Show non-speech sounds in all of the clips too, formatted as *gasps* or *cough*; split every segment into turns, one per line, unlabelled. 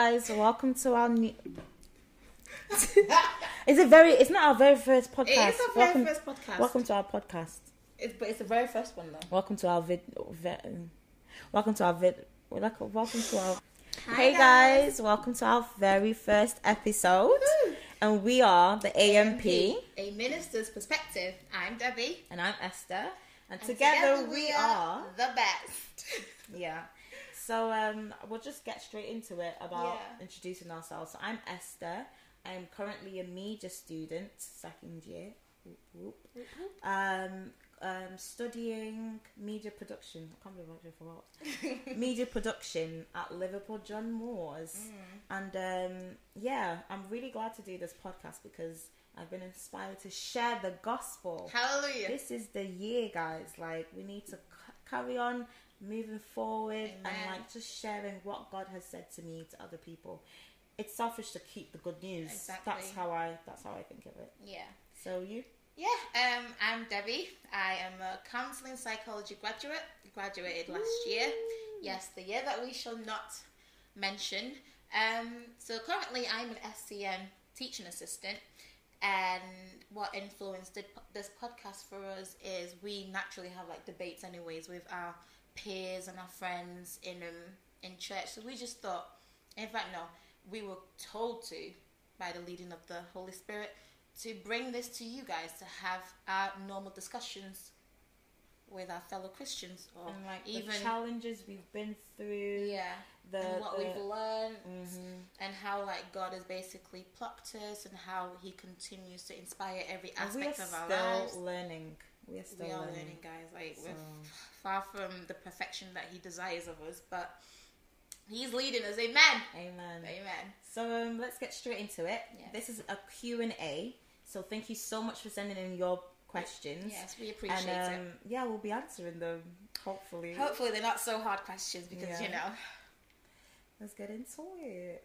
guys. Welcome to our new. Is it very? It's not our very first podcast.
It is our very
welcome,
first podcast.
welcome to our podcast.
It's, but it's the very first one though.
Welcome to our vid. vid welcome to our vid. Like, welcome to our.
Hi,
hey guys.
guys.
welcome to our very first episode,
Woo.
and we are the AMP,
A minister's perspective. I'm Debbie.
and I'm Esther, and,
And
together, we are.
the best.
*laughs* Yeah. So um, we'll just get straight into it about
Yeah.
introducing ourselves. So I'm Esther. I'm currently a media student, second year. Whoop, whoop. Um, um, studying media production. I can't believe I actually forgot. media production at Liverpool John Moores. And um, yeah, I'm really glad to do this podcast because I've been inspired to share the gospel
Hallelujah.
this is the year guys like we need to c- carry on moving forward and
Amen.
like just sharing what god has said to me to other people it's selfish to keep the good news that's
Exactly.
how i that's how i think of it
yeah.
so you
Yeah, um, I'm Debbie. I am a counselling psychology graduate. Graduated last year. Yes, the year that we shall not mention. Um, so currently, I'm an SCM teaching assistant, and what influenced the- this podcast for us is we naturally have like debates, anyways, with our peers and our friends in um, in church. So we just thought, in fact, no, we were told to by the leading of the Holy Spirit to bring this to you guys to have our normal discussions with our fellow Christians or
and like
even
the challenges we've been through
yeah
the,
and what
the-
we've learned
Mhm.
and how like God has basically plucked us and how He continues to inspire every
And we are
aspect of our
still
lives.
learning we are still
we are
learning,
learning, guys. Like we're
So-
f- far from the perfection that He desires of us, but He's leading us. Amen.
amen
Amen.
So um, let's get straight into it.
Yes.
This is a Q&A. So thank you so much for sending in your questions.
Yes, we appreciate
and, um, Yeah, we'll be answering them, hopefully.
it. Hopefully, they're not so hard questions because
Yeah.
you know.
Let's get into it.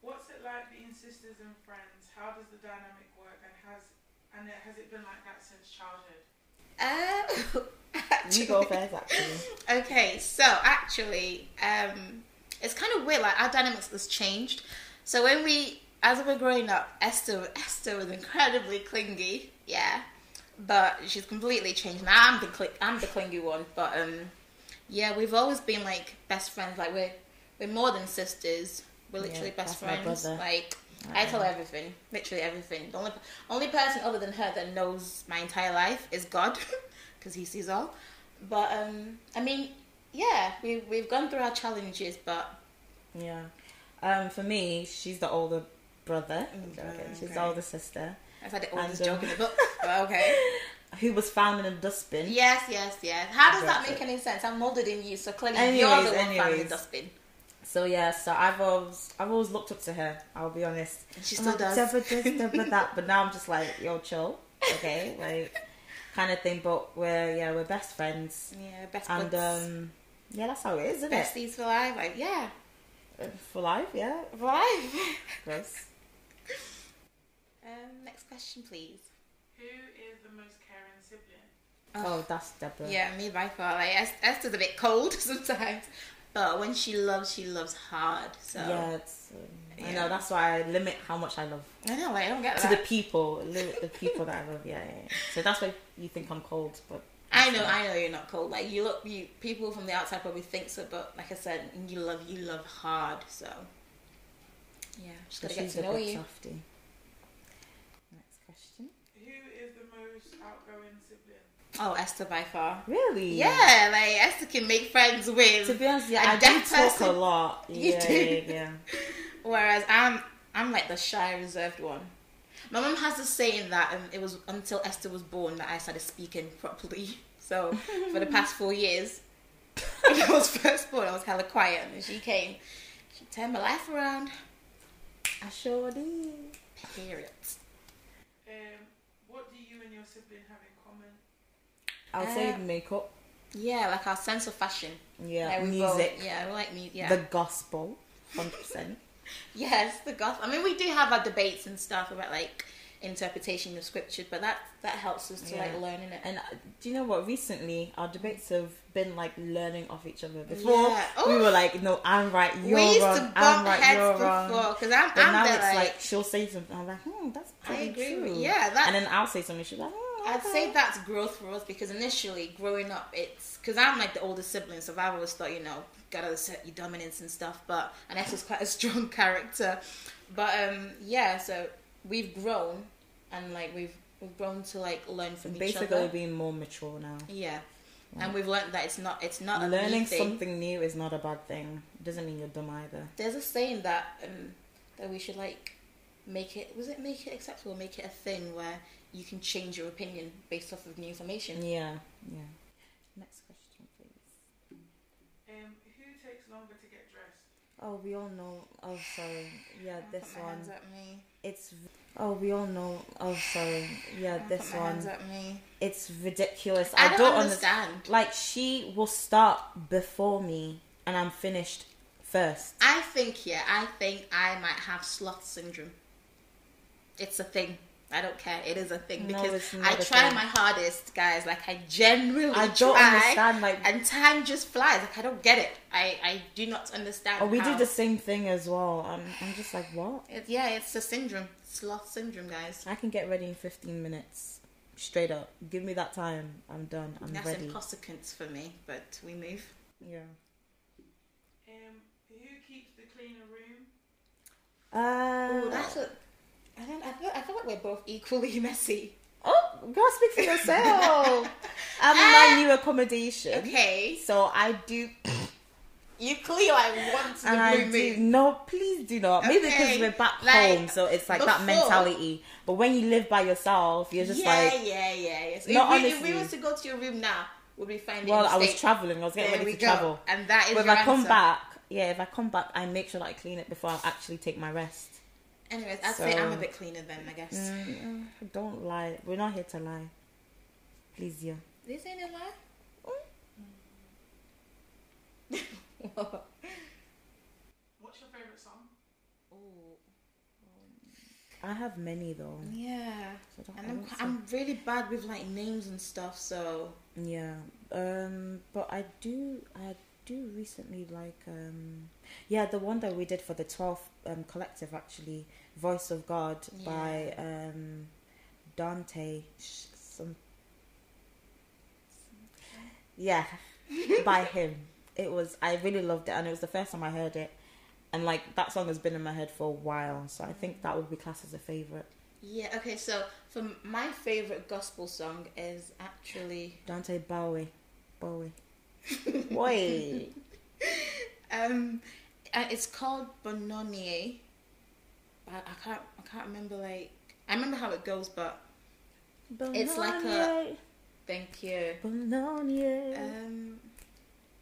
What's it like being sisters and friends? How does the dynamic work, and has and it, has it been like that since childhood?
Uh,
*laughs* You
*laughs*
go first, actually.
Okay, so actually, um, it's kind of weird. Like our dynamics has changed. So when we, as we were growing up, Esther *laughs* Esther was incredibly clingy. Yeah, but she's completely changed now. I'm the cli- I'm the clingy one, but um, yeah, we've always been like best friends. Like we're we're more than sisters. We're
Yeah,
literally best
that's my
friends.
brother.
Like I tell her everything, literally everything. The only only person other than her that knows my entire life is God, *laughs* because He sees all. But um, I mean, yeah, we we've gone through our challenges, but
yeah. Um, for me, she's the older brother. Mm, Okay, She's the
okay.
older sister.
I've had the oldest
And, um,
joke in the
*laughs*
book. But okay.
Who was found in a dustbin.
Yes, yes, yes. How does that
That's
make
it.
any sense? I'm older than you, so clearly
Anyways,
you're the one found in the
anyways.
dustbin.
So yeah, so I've always I've always looked up to her. I'll be honest.
And she
I'm
still
like,
does.
Deborah Uh-huh. this, *laughs* Deborah that, but now I'm just like, yo, chill, okay, like kind of thing. But we're yeah, we're best friends,
Yeah, best
and
buds.
um, yeah, that's how it is, isn't
besties for life. Like yeah,
it? For life, yeah.
for life. *laughs*
Gross.
um, next question, please.
Who is the most caring sibling?
Oh, that's Deborah.
Yeah, me by far. Like Es- Esther's a bit cold *laughs* sometimes, but when she loves, she loves hard. So
yeah. It's, um, I
Yeah.
know. That's why I limit how much I love
I know. Like, I don't get
to
that.
the people. Limit the people that I love. Yeah, yeah. yeah. So that's why you think I'm cold, but
I know, I know you're not cold. Like you look, you people from the outside probably think so, but like I said, you love, you love hard. So yeah, just
so
gotta get
she's
to
a
know
bit
you.
softy. Next question.
Who is the most outgoing sibling?
Oh, Esther by far.
Really?
Yeah, like Esther can make friends with.
To be honest,
A
yeah, I do
deaf
talk a
person-
lot.
You
yeah,
do.
yeah, yeah.
Whereas I'm, I'm like the shy, reserved one. My mum has this saying that um, it was until Esther was born that I started speaking properly. *laughs* So for the past four years, *laughs* when I was first born, I was hella quiet, and then she came, she turned my life around.
I sure do.
Period.
Um, what do you and your sibling have in common?
I'll say
Uh,
makeup.
Yeah, like our sense of fashion.
Yeah,
Like, we both-
music.
yeah, we like music. Yeah.
The gospel, hundred percent.
yes, the gospel. I mean, we do have our debates and stuff about like interpretation of scripture, but that that helps us to
Yeah.
like learn in it.
And uh, do you know what? Recently, our debates have been like learning off each other. Before, we were like, "No, I'm right, you're
we used
wrong,
to bump
I'm right, you're
heads
wrong."
before because I'm,
But
I'm
now
the,
it's like,
like
she'll say something, I'm like, "Hmm, that's
I
pretty
agree
true."
with yeah that
and then I'll say something, she's like, "Hmm,
I'd
okay."
say that's growth for us because initially growing up, it's because I'm like the oldest sibling, so I've always thought, you know, gotta assert your dominance and stuff. But and Esther's quite a *laughs* strong character, but um, yeah, so we've grown and like we've we've grown to like learn from each
basically
other.
being more mature now.
Yeah. And we've learned that it's not it's not a me
Learning
thing.
something new is not a bad thing. It doesn't mean you're dumb either.
There's a saying that um, that we should like make it was it make it acceptable, make it a thing where you can change your opinion based off of new information.
Yeah, yeah. Next question, please.
Um, who takes longer to get dressed?
Oh, we all know. Oh, sorry. Yeah,
I'll
this
put my
one.
hands at me.
It's. Oh, we all know. Oh, sorry. Yeah,
I'll
this
put my
one.
hands at me.
It's ridiculous.
I, don't, understand.
Like she will start before me, and I'm finished first.
I think yeah, I think I might have sloth syndrome. It's a thing. I don't care. It is a thing
No,
because
it's not
I
a
try
thing.
my hardest, guys. Like I genuinely
I don't
try,
understand. Like,
and time just flies. Like I don't get it. I I do not understand.
oh, we
how.
do the same thing as well. I'm, I'm just like, what?
It, yeah, it's a syndrome. Sloth syndrome, guys.
I can get ready in 15 minutes, straight up. Give me that time. I'm done. I'm
That's
ready.
inconsequence for me, but we move.
Yeah.
Um, who keeps the cleaner room?
Uh,
Oh, that's a. I don't. I feel, I feel like we're both equally *laughs* messy.
oh, girl, speak for yourself. *laughs* I'm
Ah.
in my new accommodation,
Okay.
so I do
You clear like once in
and
a
I
blue
do
moon.
no, please do not. Maybe because
Okay,
we're back
like,
home, so it's like that
before-
mentality. But when you live by yourself, you're just
yeah,
like,
yeah, yeah,
No,
yes. if, we, if
honestly.
we was to go to your room now, we'd be finding.
well,
a
I was
mistake.
traveling, I was getting
There
ready
we
to
go.
travel.
and that is.
But if
your
I come
answer.
back, yeah, if I come back, I make sure that I clean it before I actually take my rest.
Anyways, I'd say I'm a
So-
bit cleaner then, I guess.
Mm, don't lie. We're not here to lie. Please, yeah.
This ain't a lie.
What's your favourite song?
I have many though.
yeah,
so don't-
and
I
I'm
won't
qu-
say-
I'm really bad with like names and stuff, so
Yeah. Um but I do I do recently like um yeah, the one that we did for the 12th um collective actually, Voice of God by um Dante sh- some Yeah, by him. It was I really loved it and it was the first time I heard it. And like that song has been in my head for a while, so I think that would be classed as a favorite.
yeah. Okay, so for m- my favorite gospel song is actually
Dante Bowie. Bowie. Boy.
Um, uh, it's called Bononier. I, I can't I can't remember like I remember how it goes, but It's like a- thank you.
Bologna.
Um,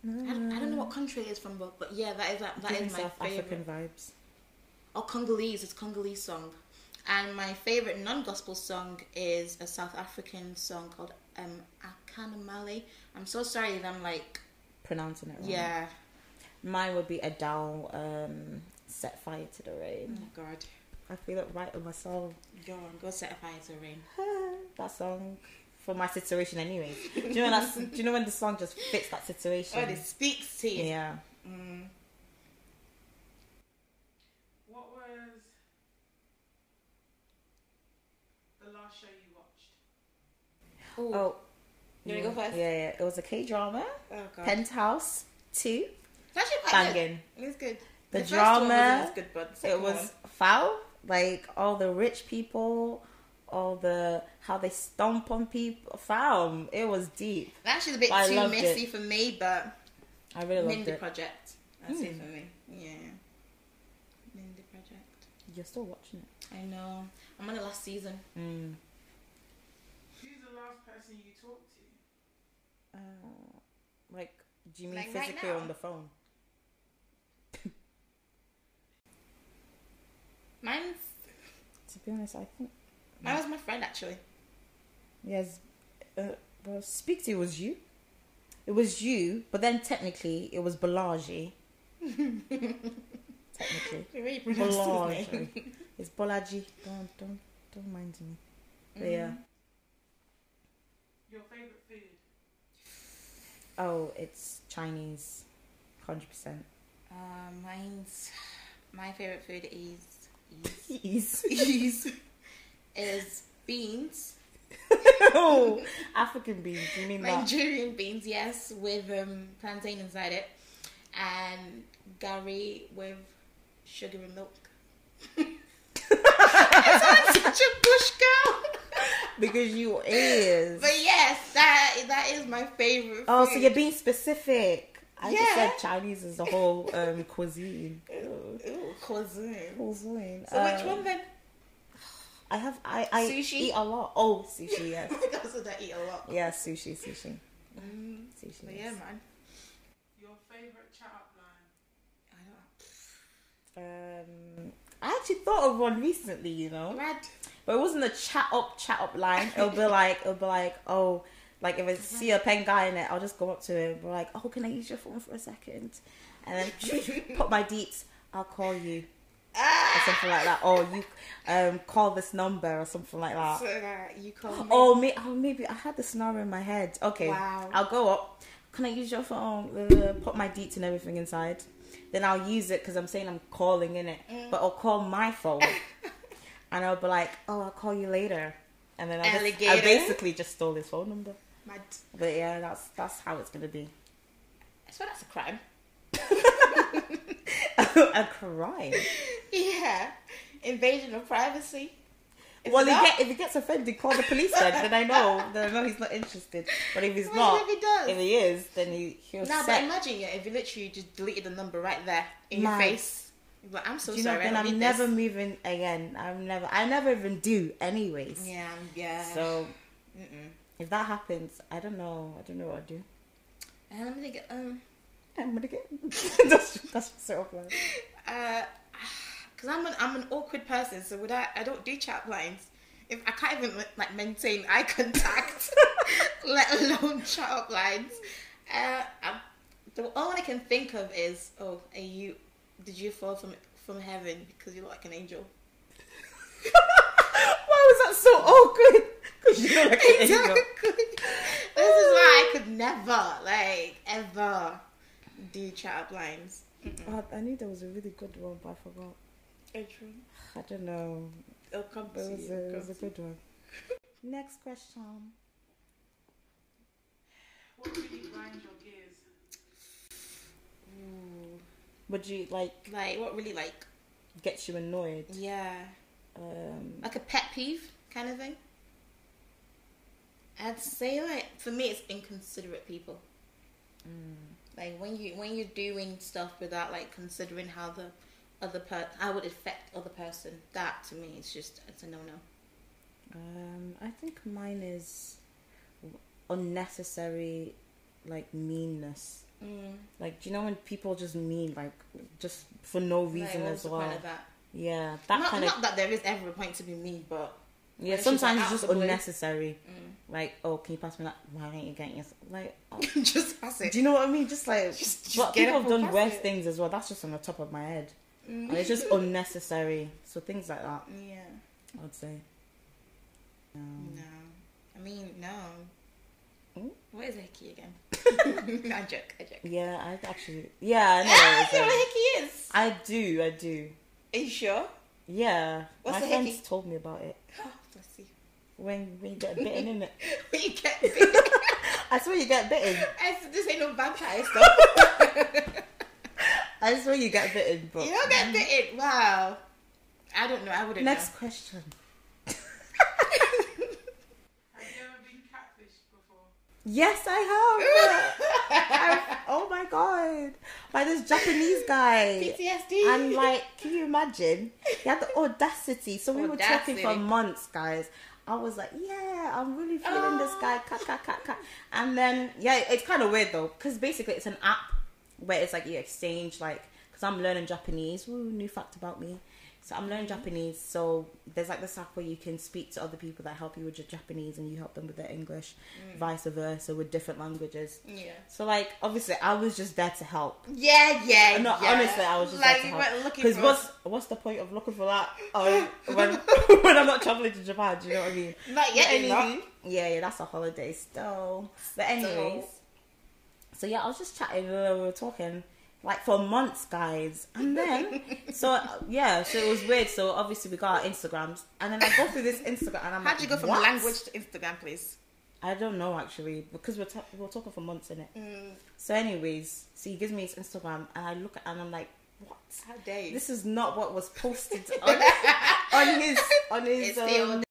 I, don't- I don't know what country it is from, but, but yeah, that is that, that
Giving
is my
South
favorite.
African vibes.
Oh, Congolese, it's Congolese song. And my favorite non-gospel song is a South African song called um Akanamale. I'm so sorry that I'm like
Pronouncing it wrong.
yeah.
Mine would be Adele. Um, set fire to the
Oh
rain.
my god,
I feel it right in my soul. *laughs*
go on, go set a fire to rain.
that song for my situation, anyway. Do you know that's? Do you know when the song just fits that situation?
God, Oh, it speaks to you.
yeah.
Mm.
What was the last show you watched?
Ooh.
Oh.
You wanna go
yeah,
first?
Yeah, yeah. It was a K drama.
Oh, God.
Penthouse two.
It's actually quite good.
Banging.
It was good.
The
first one
drama,
wasn't as good, but the
it
second
was
one-
foul. Like all the rich people, all the how they stomp on people. Foul. It was deep.
actually a bit
I
too
loved it.
messy for me, but
I really loved
Mindy
it.
Project. That's it
Mm.
for me. Yeah, Mindy Project.
You're still watching it.
I know. I'm on the last season.
Mm.
Who's the last person you talked to?
Uh, like, do you mean
Like, right
physically
now?
on the phone?
Mine's
To be honest, I think
mine was my friend actually.
yes. Uh, well, speak to was you. It was you, but then technically it was
*laughs*
Balaji. technically,
We really pronounced his
*laughs* Balaji.
name.
it's Balaji. Don't don't don't mind happened to me. But yeah.
Mm.
Your favourite food?
Oh, it's Chinese, hundred percent.
Uh, mine's my favorite food is
*laughs* Please.
is *laughs* is beans,
oh, African beans. You mean that?
Nigerian beans, yes, with um, plantain inside it, and gari with sugar and milk. I'm such a bush girl.
Because you *laughs* is.
but yes, that that is my favorite.
Oh, so
food.
you're being specific. I just
Yeah.
said Chinese is the whole um, *laughs* cuisine. Ew.
Ooh, cuisine.
Cuisine.
So which
Um,
one then? *laughs*
I have. I, I
Sushi?
eat a lot. Oh, sushi. Yes.
That's what I eat a lot.
yeah, sushi. Sushi.
Mm,
Sushi.
but
yes.
yeah, man.
Your favourite chat up line?
I don't
Um, I actually thought of one recently. You know.
Red.
But it wasn't a chat up, chat up line. It'll be like, it'll be like, oh, like if I see a pen guy in it, I'll just go up to him. and be like, oh, can I use your phone for a second? And then *laughs* put my deets. I'll call you or
Ah!
something like that. Or you um, call this number or something like
So
that.
that you call me.
Oh, may- oh, maybe I had the scenario in my head. Okay,
Wow.
I'll go up. Can I use your phone? Blah, blah, blah, Put my deets and everything inside. Then I'll use it because I'm saying I'm calling in it, but I'll call my phone. and I'll be like, "Oh, I'll call you later," and then I, just, I
Alligator.
basically just stole his phone number.
*laughs* Mad.
But yeah, that's that's how it's gonna
*laughs*
be. *laughs*
So that's a crime.
a crime.
*laughs* Yeah. Invasion of privacy. Is
well, if
it
he,
not?
get, if he gets offended, call the police then. then I know. Then I know he's not interested. But if he's
What
not,
if he does?
if he is, then he he'll
Now, but
set.
imagine yeah, if you literally just deleted the number right there in your
Mad.
face. But I'm so
Do you know,
sorry.
then
I don't
I'm
need
never
This.
moving again. I'm never. I never even do, anyways.
Yeah. Yeah.
So
Mm-mm.
if that happens, I don't know. I don't know what I do.
And let me think. Um.
I'm gonna get. *laughs* that's that's so awkward.
Uh. Because I'm an I'm an awkward person, so would I I don't do chat lines. If I can't even like maintain *laughs* eye contact, *laughs* let alone chat up lines. Uh, I, the all I can think of is, oh, are you? Did you fall from from heaven because you look like an angel?
why was that so awkward? *laughs* Because you look like an
this
angel.
is why I could never, like, ever do chat up lines.
Oh, I knew there was a really good one, but I forgot. I don't know.
It'll come
It
to
was,
you.
a,
it'll
it
come
was a
to you.
good
*laughs*
one. Next question.
What really grinds your gears?
Would you like
Like, what really, like,
gets you annoyed?
yeah.
Um,
like a pet peeve kind of thing. I'd say like for me, it's inconsiderate people.
mm,
Like when you when you're doing stuff without like considering how the other per how it would affect other person. That to me is just it's a no no.
um, I think mine is unnecessary, like meanness.
Mm.
Like, do you know when people just mean, like, just for no reason
like, what was
as
the
well?
Point of that
Yeah, that
not,
kind
not
of.
that there is ever a point to be mean, but
Yeah,
she's
sometimes
like,
it's
out
just
the blue.
unnecessary.
Mm.
Like, oh, can you pass me that? Why aren't you getting your like? oh,
*laughs* just pass it.
Do you know what I mean? Just like,
Just- just
but
get
people
it
have
from
done worse
Basket.
things as well. That's just on the top of my
*laughs*
head,
Mm.
and it's just unnecessary. So things like that,
yeah.
I would say. Um,
No, I mean no.
Mm?
What is a
*laughs*
hickey again? I joke. I joke.
Yeah, I actually, yeah, I know. what
Ah,
it
*laughs* I know
is.
what hickey is.
I do, I do.
Are
*gasps*
you sure?
Yeah,
What's
my
the
friends
hickey?
told me about it
Oh, bless *laughs* you.
when when you
*laughs*
get bitten in it.
When you get *laughs* bit,
I swear you get bitten.
I said, this ain't no vampire stuff.
I swear you get bitten. But
You don't get bitten. Wow. I don't know. I wouldn't
next question.
Have you ever been catfished before?
Yes, I have. I- oh my god, by this Japanese
know.
guy.
PTSD.
And like, can you imagine? He had the audacity. So we were talking for
Audacity.
months, guys. I was like, yeah, I'm really feeling this
Oh.
guy. Cut, cut, cut, cut. And then, yeah, it's kind of weird though, because basically it's an app where it's like you exchange like. Because So I'm learning Japanese. Ooh, new fact about me. So I'm
Mm-hmm.
learning Japanese. So there's like this app where you can speak to other people that help you with your Japanese, and you help them with their English,
Mm.
vice versa with different languages.
Yeah.
So like obviously I was just there to help.
Yeah, yeah.
No,
yeah.
honestly, I was just
like,
like,
you weren't looking
because
for
what's
us.
what's the point of looking for that
*laughs*
um, when *laughs* when I'm not traveling to Japan? Do you know what I mean?
not yet. you're not.
Anywho, yeah, yeah, that's a holiday still. But anyways, so yeah, I was just chatting. uh, We were talking like for months, guys, and
*laughs*
then so uh, yeah, so it was weird. So obviously we got our Instagrams, and then I go through this Instagram, and I'm
How'd
like,
you go from
"What?"
language to Instagram, please?
I don't know actually because we're ta- we're talking for months in it.
Mm,
So anyways, so he gives me his Instagram, and I look at and I'm like, what?
how dare you?
This is not what was posted
*laughs*
on, on his on his.
It's the
Um,
old-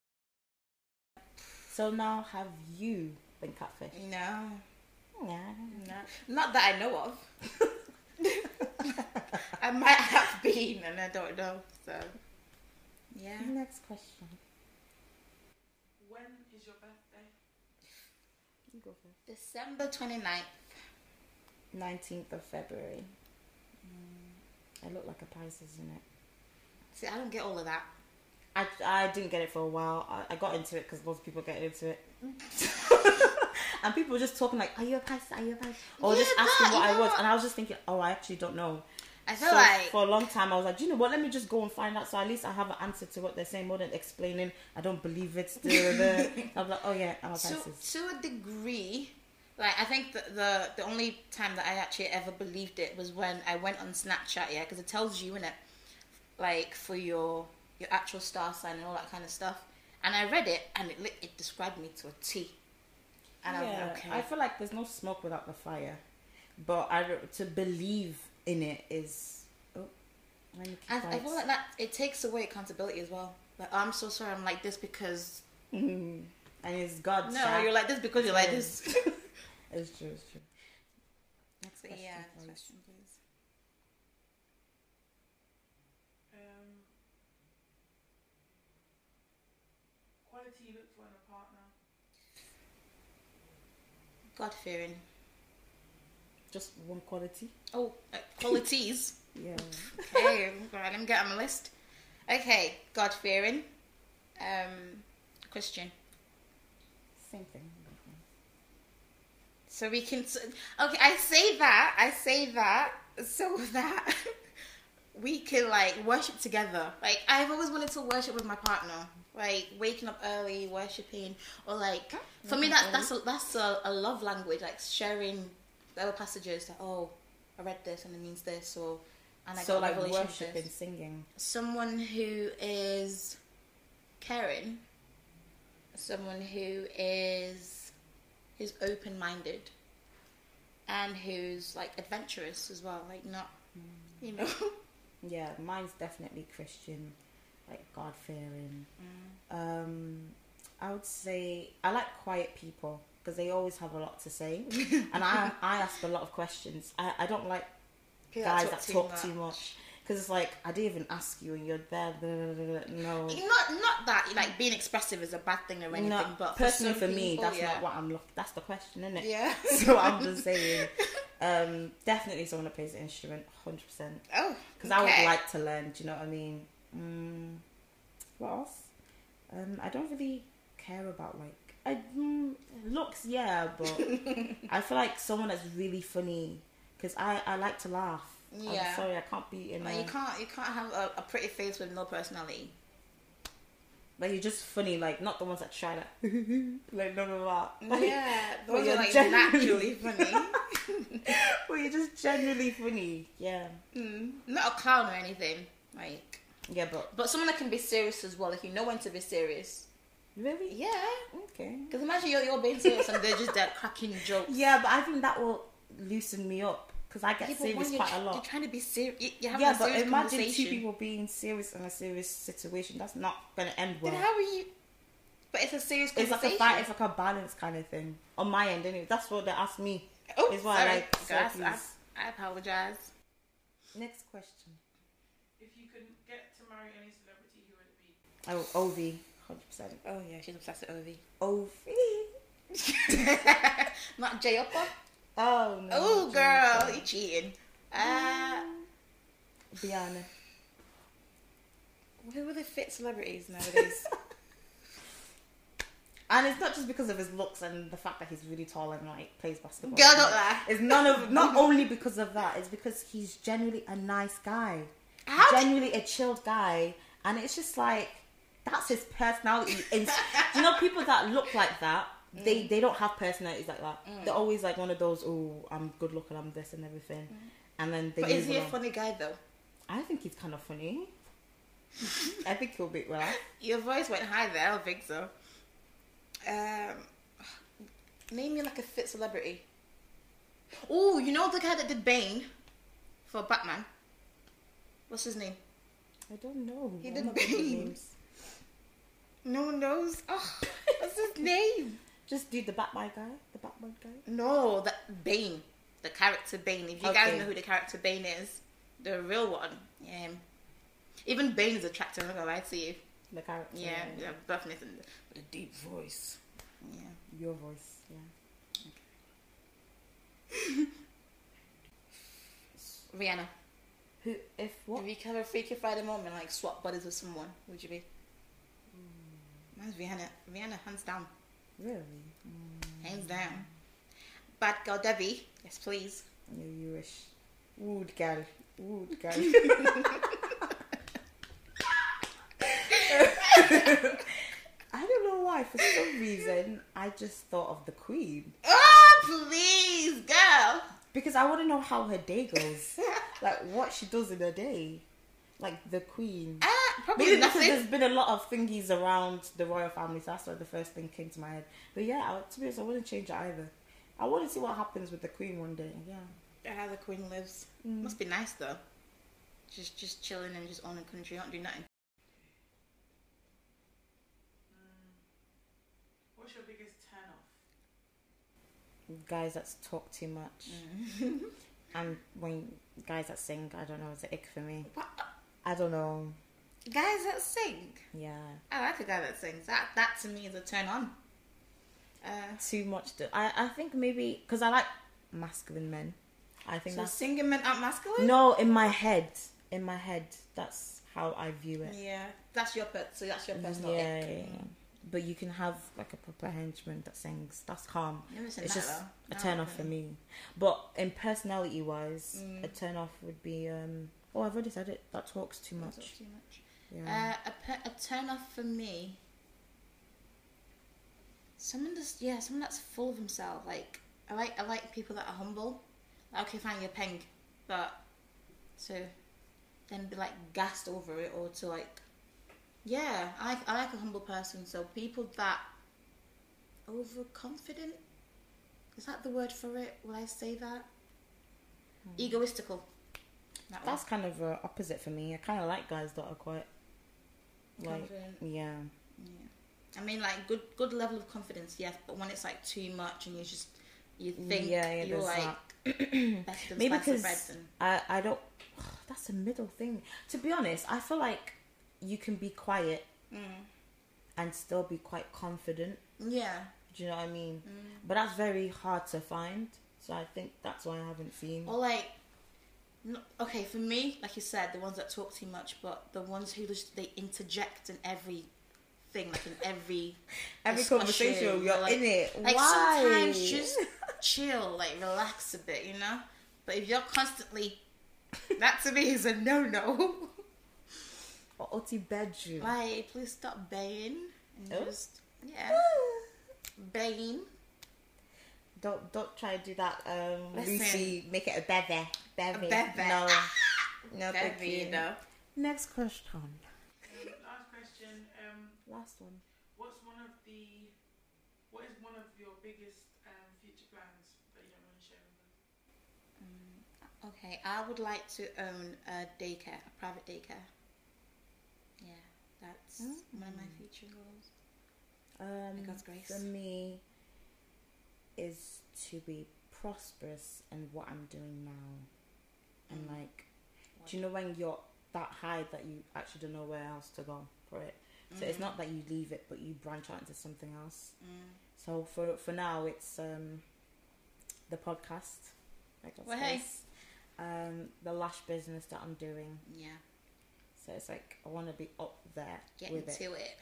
so now have you been catfished?
no,
Yeah.
no, not that I know of. *laughs* I might have been, and I don't know. So, yeah.
Next question.
When is your birthday?
You go first.
December 29th.
Nineteenth of February. I look like a Pisces in it.
See, I don't get all of that.
I, I didn't get it for a while. I, I got into it because lots of people get into it.
Mm.
*laughs* and people were just talking like, are you a Pisces? Are you a Pisces? Or just
Yeah,
asking
but
what
you
I
know
was.
what?
And I was just thinking, oh, I actually don't know.
I feel
so
like
for a long time I was like, Do you know what? Let me just go and find out. So at least I have an answer to what they're saying more than explaining. I don't believe it. *laughs* duh, duh, duh. I'm like, oh yeah, I'm a
to,
Pisces.
to a degree, like I think the, the the only time that I actually ever believed it was when I went on Snapchat, yeah, because it tells you in it, like for your your actual star sign and all that kind of stuff. And I read it, and it lit- it described me to a T. And I was
yeah,
like, okay,
I feel like there's no smoke without the fire, but I don't- to believe in it is. Oh, let me
I,
keep
I feel like that it takes away accountability as well. Like, oh, I'm so sorry, I'm like this because
*laughs* and it's God's.
no, you're like this because you're like *laughs* this.
It's true. It's true. Next
But
question,
yeah,
please.
question, please.
Um, quality you look for in a partner.
God fearing.
Just one quality.
Oh, uh, qualities. *laughs*
Yeah.
okay, right, let me get on my list. Okay, God fearing, um, Christian.
Same thing.
So we can. s- Okay, I say that. I say that so *laughs* that we can like worship together. Like I've always wanted to worship with my partner. Like waking up early, worshiping, or like for me that's that's a, that's a, a love language. Like sharing other passages. Like oh, I read this and it means this, or and I
so
got a
like
revelation of
worship
this.
and singing.
someone who is caring, someone who is who's open minded, and who's like adventurous as well. Like not,
*laughs*
you know,
Yeah, mine's definitely Christian, like God fearing.
Mm.
Um, I would say I like quiet people because they always have a lot to say,
*laughs*
and I I ask a lot of questions. I, I don't like guys that talk too much because it's like I didn't even ask you and you're there. blah, blah, blah, blah, No,
Not not that like being expressive is a bad thing or anything,
No,
but for
personally
some
for me,
people,
that's
yeah.
not what I'm. Look- that's the question, isn't it?
Yeah.
*laughs* So I'm just saying, um, definitely someone that plays an instrument, hundred percent.
*laughs* Oh,
because I would
okay.
like to learn. Do you know what I mean? Mm, what else? Um, I don't really care about like I, mm, looks, yeah,
*laughs*
but I feel like someone that's really funny because I I like to laugh.
Yeah.
I'm sorry, I can't be in.
Like,
a-
you can't you can't have a, a pretty face with no personality.
Like you're just funny, like not the ones that *laughs* try to like none of that.
*laughs*
Like,
Yeah,
Oh, Well,
those
you're
are like
genuinely- *laughs*
naturally funny.
well, you're just genuinely funny. Yeah,
Mm, not a clown or anything, like,
yeah, but
but someone that can be serious as well. Like you know when to be serious.
really,
Yeah,
okay.
because imagine you're, you're being serious and they're just that cracking *laughs* jokes.
Yeah, but I think that will loosen me up because I get
Yeah, but when
serious
you're,
quite
tr-
a lot.
You're trying to be serious. You're having
Yeah,
a
but
serious
imagine
conversation.
two people being serious in a serious situation. That's not going to end well.
Then how are you? But it's a serious
It's
conversation.
like a fight. It's like a balance kind of thing on my end. Anyway, that's what they asked me.
oh,
it's why I
sorry.
like
Guys, I,
selfies.
I apologize.
Next question.
If you could get to marry any celebrity, who would it
Oh,
be?
Ovi, hundred percent.
Oh yeah, she's obsessed with Ovi.
Ovi.
*laughs* Not Oh, Jay Upper.
Oh no.
Oh
Jennifer.
girl, you cheating. Uh,
Rihanna.
Where will they fit celebrities nowadays?
And it's not just because of his looks and the fact that he's really tall and like plays basketball.
*laughs* Girl, don't lie.
It's none of not only because of that. It's because he's genuinely a nice guy,
How d-
genuinely a chilled guy, and it's just like that's his personality. And you know, people that look like that,
Mm.
they they don't have personalities like that. They're always like one of those. Oh, I'm good looking. I'm this and everything. And then they.
Mm. But is
move
he a
along.
funny guy though?
I think he's kind of funny. I think he'll be
*laughs*
well.
Your voice went high there. I don't think so. Um, name me like a fit celebrity. Oh, you know the guy that did Bane for Batman. What's his name?
I don't know.
He
I'm
did
not
*laughs*
good with
Bane.
names.
No one knows.
*laughs*
Oh, what's his name?
Just do the Batman guy. The Batman guy.
No, that Bane, the character Bane. If you
Okay.
guys know who the character Bane is, the real one. Yeah. him. Even Bane is attractive. I'm not gonna lie to you.
The character.
Yeah, yeah, Buff Nathan with a deep voice. Yeah.
Your voice, yeah.
Rihanna,
Who, if what?
if you could have a freaky Friday moment, like swap bodies with someone, would you be? Mine's Rihanna. Rihanna, hands down,
Really?
hands down. Bad girl Debbie, yes please.
I know you wish. Wood girl. Wood *laughs* girl. I don't know why, for some reason, I just thought of the Queen.
Oh please, girl.
Because I want to know how her day *laughs* goes. like, what she does in her day. Like, the Queen.
Ah, probably
Maybe because
nothing.
there's been a lot of thingies around the royal family, so that's why the first thing came to my head. But yeah, I, to be honest, I wouldn't change it either. I want to see what happens with the Queen one day. Yeah.
How the Queen lives must be nice though. Mm. Just, just chilling and just on the country, not doing nothing.
What's your biggest turn off?
Guys that talk too much. Mm. *laughs* and when guys that sing, I don't know, it's an ick for me.
What?
I don't know.
Guys that sing.
Yeah.
I like a guy that sings. That that to me is a turn on. Uh,
Too much. To, I, I think maybe, because I like masculine men. I think
so
that's.
singing men aren't masculine.
No, in my head. In my head, that's how I view it.
Yeah, that's your per- so that's your
Yeah,
personal.
yeah, yeah. But you can have like a proper henchman that sings. That's calm.
Never seen
It's
that,
just
though.
a turn
No,
off for
Ah, okay. Mm.
me. But in personality wise, a turn off would be um oh I've already said it, that talks too
That's
much. Mm.
too much.
Yeah.
Uh, a, per- a turn off for me. Someone that's yeah, someone that's full of himself. Like I like I like people that are humble. Like, okay, fine, you're peng, but so then be like gassed over it or to like yeah, I like I like a humble person. So people that overconfident is that the word for it? Will I say that? Egoistical. That
Hmm. That's kind of uh, opposite for me. I kinda like guys that are quite
one.
like
Confident.
yeah.
Yeah. I mean, like good good level of confidence, yes, but when it's like too much and you just you think
Yeah, yeah,
you're
there's
like best and
Maybe
spice of
because
bread and
I, I don't. *sighs* that's a middle thing. To be honest, I feel like you can be quiet and still be quite confident.
mm, yeah,
Do you know what I mean?
Mm.
But that's very hard to find. So I think that's why I haven't seen.
or like no, okay for me, like you said, the ones that talk too much, but the ones who just they interject in every thing, like in every
*laughs* Every
discussion,
conversation, you're
like-
in it.
Like
Why? *laughs*
sometimes just chill, like relax a bit, you know. But if you're constantly, that to me is a no *laughs* no.
Or OT bedroom.
Like, please stop baying and
Oh. Ah.
just yeah, baying.
Don't don't try to do that, um,
Listen.
Lucy. Make it a bebe, bebe.
A bebe. *laughs*
No, no, thank
Baby,
you.
you know.
Next question.
Last question. Um,
Last one.
what's one of the, what is one of your biggest um, future plans that you don't want to share with us?
Okay, I would like to own a daycare, a private daycare. Yeah, that's
Mm.
one of my future goals.
Um,
God's grace.
For me, is to be prosperous in what I'm doing now, and
Mm.
like, do you know when you're that high that you actually don't know where else to go for it? So
Mm-hmm,
it's not that you leave it, but you branch out into something else. So for for now, it's um, the podcast. Like
Well, hey.
um, the lash business that I'm doing.
Yeah,
So it's like I want to be up there
get
with it.
into it.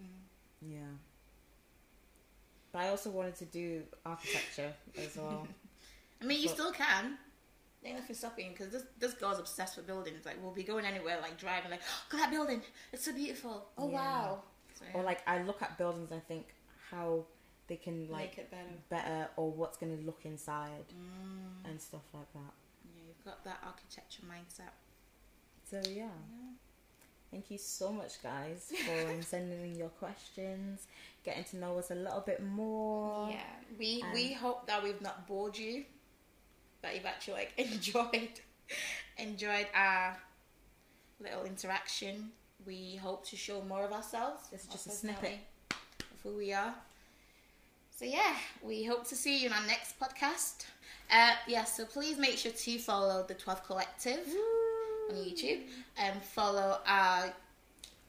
Mm-hmm.
Yeah. But I also wanted to do architecture as
*laughs*
well.
I mean, you
But-
still can. Ain't nothing stopping because this this girl's obsessed with buildings. Like we'll be going anywhere, like driving, like *gasps* look at that building. It's so beautiful. Oh
Yeah.
wow. So,
Or like I look at buildings and I think how they can like
make it better.
better or what's going to look inside
Mm.
and stuff like that.
Yeah, you've got that architecture mindset.
So yeah.
Yeah.
Thank you so much, guys, for um, sending in your questions, getting to know us a little bit more.
Yeah, we
Um,
we hope that we've not bored you, that you've actually like *laughs* enjoyed enjoyed our little interaction. We hope to show more of ourselves.
This is
our
just a snippet.
personality, of who we are. So yeah, we hope to see you in our next podcast. Uh, yeah, so please make sure to follow the Twelve Collective on YouTube and follow our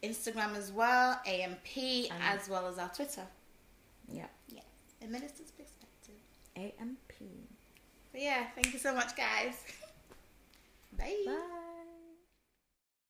Instagram as well, AMP,
And-
as well as our Twitter.
Yeah.
A minister's perspective.
AMP.
But yeah, thank you so much, guys. *laughs* Bye.
Bye.